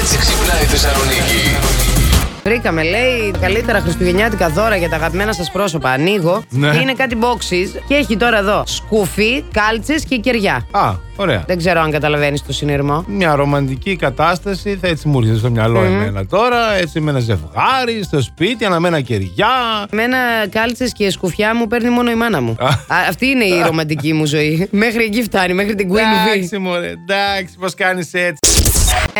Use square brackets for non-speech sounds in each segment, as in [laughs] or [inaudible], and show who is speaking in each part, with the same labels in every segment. Speaker 1: έτσι ξυπνάει η Θεσσαλονίκη.
Speaker 2: Βρήκαμε, λέει, καλύτερα χριστουγεννιάτικα δώρα για τα αγαπημένα σας πρόσωπα. Ανοίγω.
Speaker 3: Ναι.
Speaker 2: Και είναι κάτι boxes και έχει τώρα εδώ σκουφί, κάλτσες και κεριά.
Speaker 3: Α, ωραία.
Speaker 2: Δεν ξέρω αν καταλαβαίνεις το συνειρμό.
Speaker 3: Μια ρομαντική κατάσταση, θα έτσι μου έρχεται στο μυαλό εμένα τώρα. Έτσι με ένα ζευγάρι, στο σπίτι, αναμένα κεριά.
Speaker 2: Μένα κάλτσες και σκουφιά μου παίρνει μόνο η μάνα μου.
Speaker 3: Α.
Speaker 2: Α, αυτή είναι η ρομαντική μου ζωή. Μέχρι εκεί φτάνει, μέχρι την Queen Bee.
Speaker 3: Εντάξει, μωρέ, εντάξει, πώς κάνεις έτσι.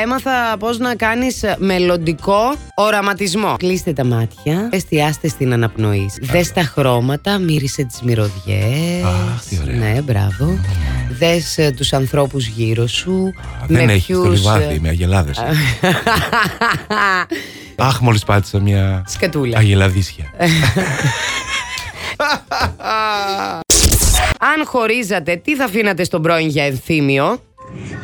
Speaker 2: Έμαθα πώς να κάνεις μελλοντικό οραματισμό. Κλείστε τα μάτια, εστιάστε στην αναπνοή. Δες τα χρώματα, μύρισε τις μυρωδιές.
Speaker 3: Αχ, τι ωραία.
Speaker 2: Ναι, μπράβο. Δε τους ανθρώπους γύρω σου.
Speaker 3: Δεν
Speaker 2: με
Speaker 3: έχει το
Speaker 2: ποιους,
Speaker 3: λιβάδι,
Speaker 2: ε, [laughs]
Speaker 3: με αγελάδες. Αχ, μόλις πάτησα μια
Speaker 2: Σκατούλα.
Speaker 3: αγελαδίσια.
Speaker 2: Ε, Αν χωρίζατε, τι θα αφήνατε στον πρώην για ενθύμιο.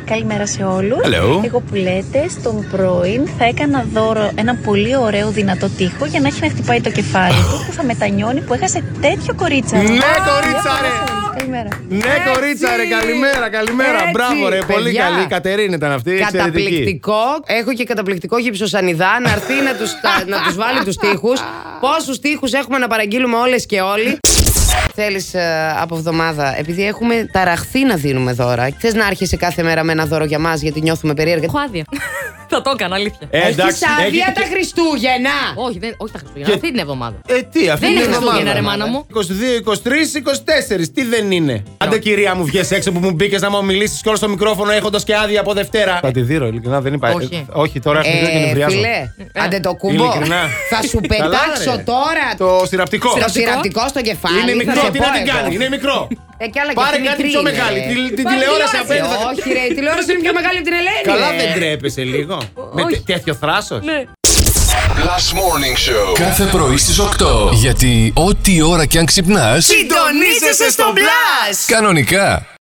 Speaker 4: Καλημέρα σε όλους.
Speaker 3: Hello.
Speaker 4: Εγώ που λέτε, στον πρώην θα έκανα δώρο ένα πολύ ωραίο δυνατό τοίχο για να έχει να χτυπάει το κεφάλι του που θα μετανιώνει που έχασε τέτοιο κορίτσα.
Speaker 3: Ναι, κορίτσα, ρε.
Speaker 4: Καλημέρα.
Speaker 3: Ναι, κορίτσα, ρε, καλημέρα, καλημέρα.
Speaker 2: Έτσι,
Speaker 3: Μπράβο, ρε, πολύ
Speaker 2: παιδιά.
Speaker 3: καλή. Η Κατερίνα ήταν αυτή. Εξαιρετική.
Speaker 2: Καταπληκτικό. Έχω και καταπληκτικό γυψοσανιδά να έρθει να τους να τους βάλει τους τοίχους. Πόσους τοίχους έχουμε να παραγγείλουμε όλες και όλοι. Θέλεις από εβδομάδα, επειδή έχουμε ταραχθεί να δίνουμε δώρα, θες να άρχισε κάθε μέρα με ένα δώρο για μας, γιατί νιώθουμε περίεργα.
Speaker 5: Έχω άδεια. θα το έκανα, αλήθεια.
Speaker 3: Ε,
Speaker 2: Έχεις
Speaker 3: εντάξει,
Speaker 2: άδεια
Speaker 3: έχει-
Speaker 2: τα Χριστούγεννα!
Speaker 5: όχι, δεν, όχι τα Χριστούγεννα. Αυτή την εβδομάδα.
Speaker 3: Ε, τι, αυτή
Speaker 5: Δεν
Speaker 3: είναι η
Speaker 5: είναι Χριστούγεννα,
Speaker 3: εβδομάδα.
Speaker 5: ρε μάνα μου.
Speaker 3: 22, 23, 24. Τι δεν είναι. Άντε, κυρία μου, βγες έξω που μου μπήκες να μου μιλήσει και όλο στο μικρόφωνο έχοντας και άδεια από Δευτέρα. Θα τη δίνω, ειλικρινά δεν υπάρχει.
Speaker 5: Όχι. Ε,
Speaker 3: Όχι, τώρα έχω και νευριάζω.
Speaker 2: Ε, φίλε, αντε το κουμπό.
Speaker 3: Ειλικρινά.
Speaker 2: Θα σου
Speaker 3: Καλά,
Speaker 2: πετάξω
Speaker 3: ρε.
Speaker 2: τώρα το,
Speaker 3: Το σειραπτικό.
Speaker 2: σειραπτικό στο κεφάλι.
Speaker 3: Είναι
Speaker 2: θα σε
Speaker 3: μικρό, τι
Speaker 2: πω
Speaker 3: να την
Speaker 2: εγώ.
Speaker 3: κάνει, είναι μικρό.
Speaker 2: Ε, κι άλλα κι
Speaker 3: Πάρε
Speaker 2: αυτή
Speaker 3: κάτι
Speaker 2: μικρή
Speaker 3: πιο
Speaker 2: είναι, Ε,
Speaker 3: μεγάλη.
Speaker 2: ρε.
Speaker 3: Τη- Την
Speaker 5: Πάρε
Speaker 3: τηλεόραση
Speaker 5: τηλεόραση,
Speaker 3: απέναντι. θα-
Speaker 2: Όχι, ρε, η τηλεόραση είναι πιο μεγάλη από την Ελένη.
Speaker 3: Καλά
Speaker 2: ρε.
Speaker 3: δεν τρέπεσαι λίγο. Με τε- τέτοιο θράσος.
Speaker 1: Last Morning Show.
Speaker 6: Κάθε πρωί στις 8. Γιατί ό,τι ώρα κι αν ξυπνάς,
Speaker 2: Συντονίζεσαι στο μπλα!
Speaker 6: κανονικά.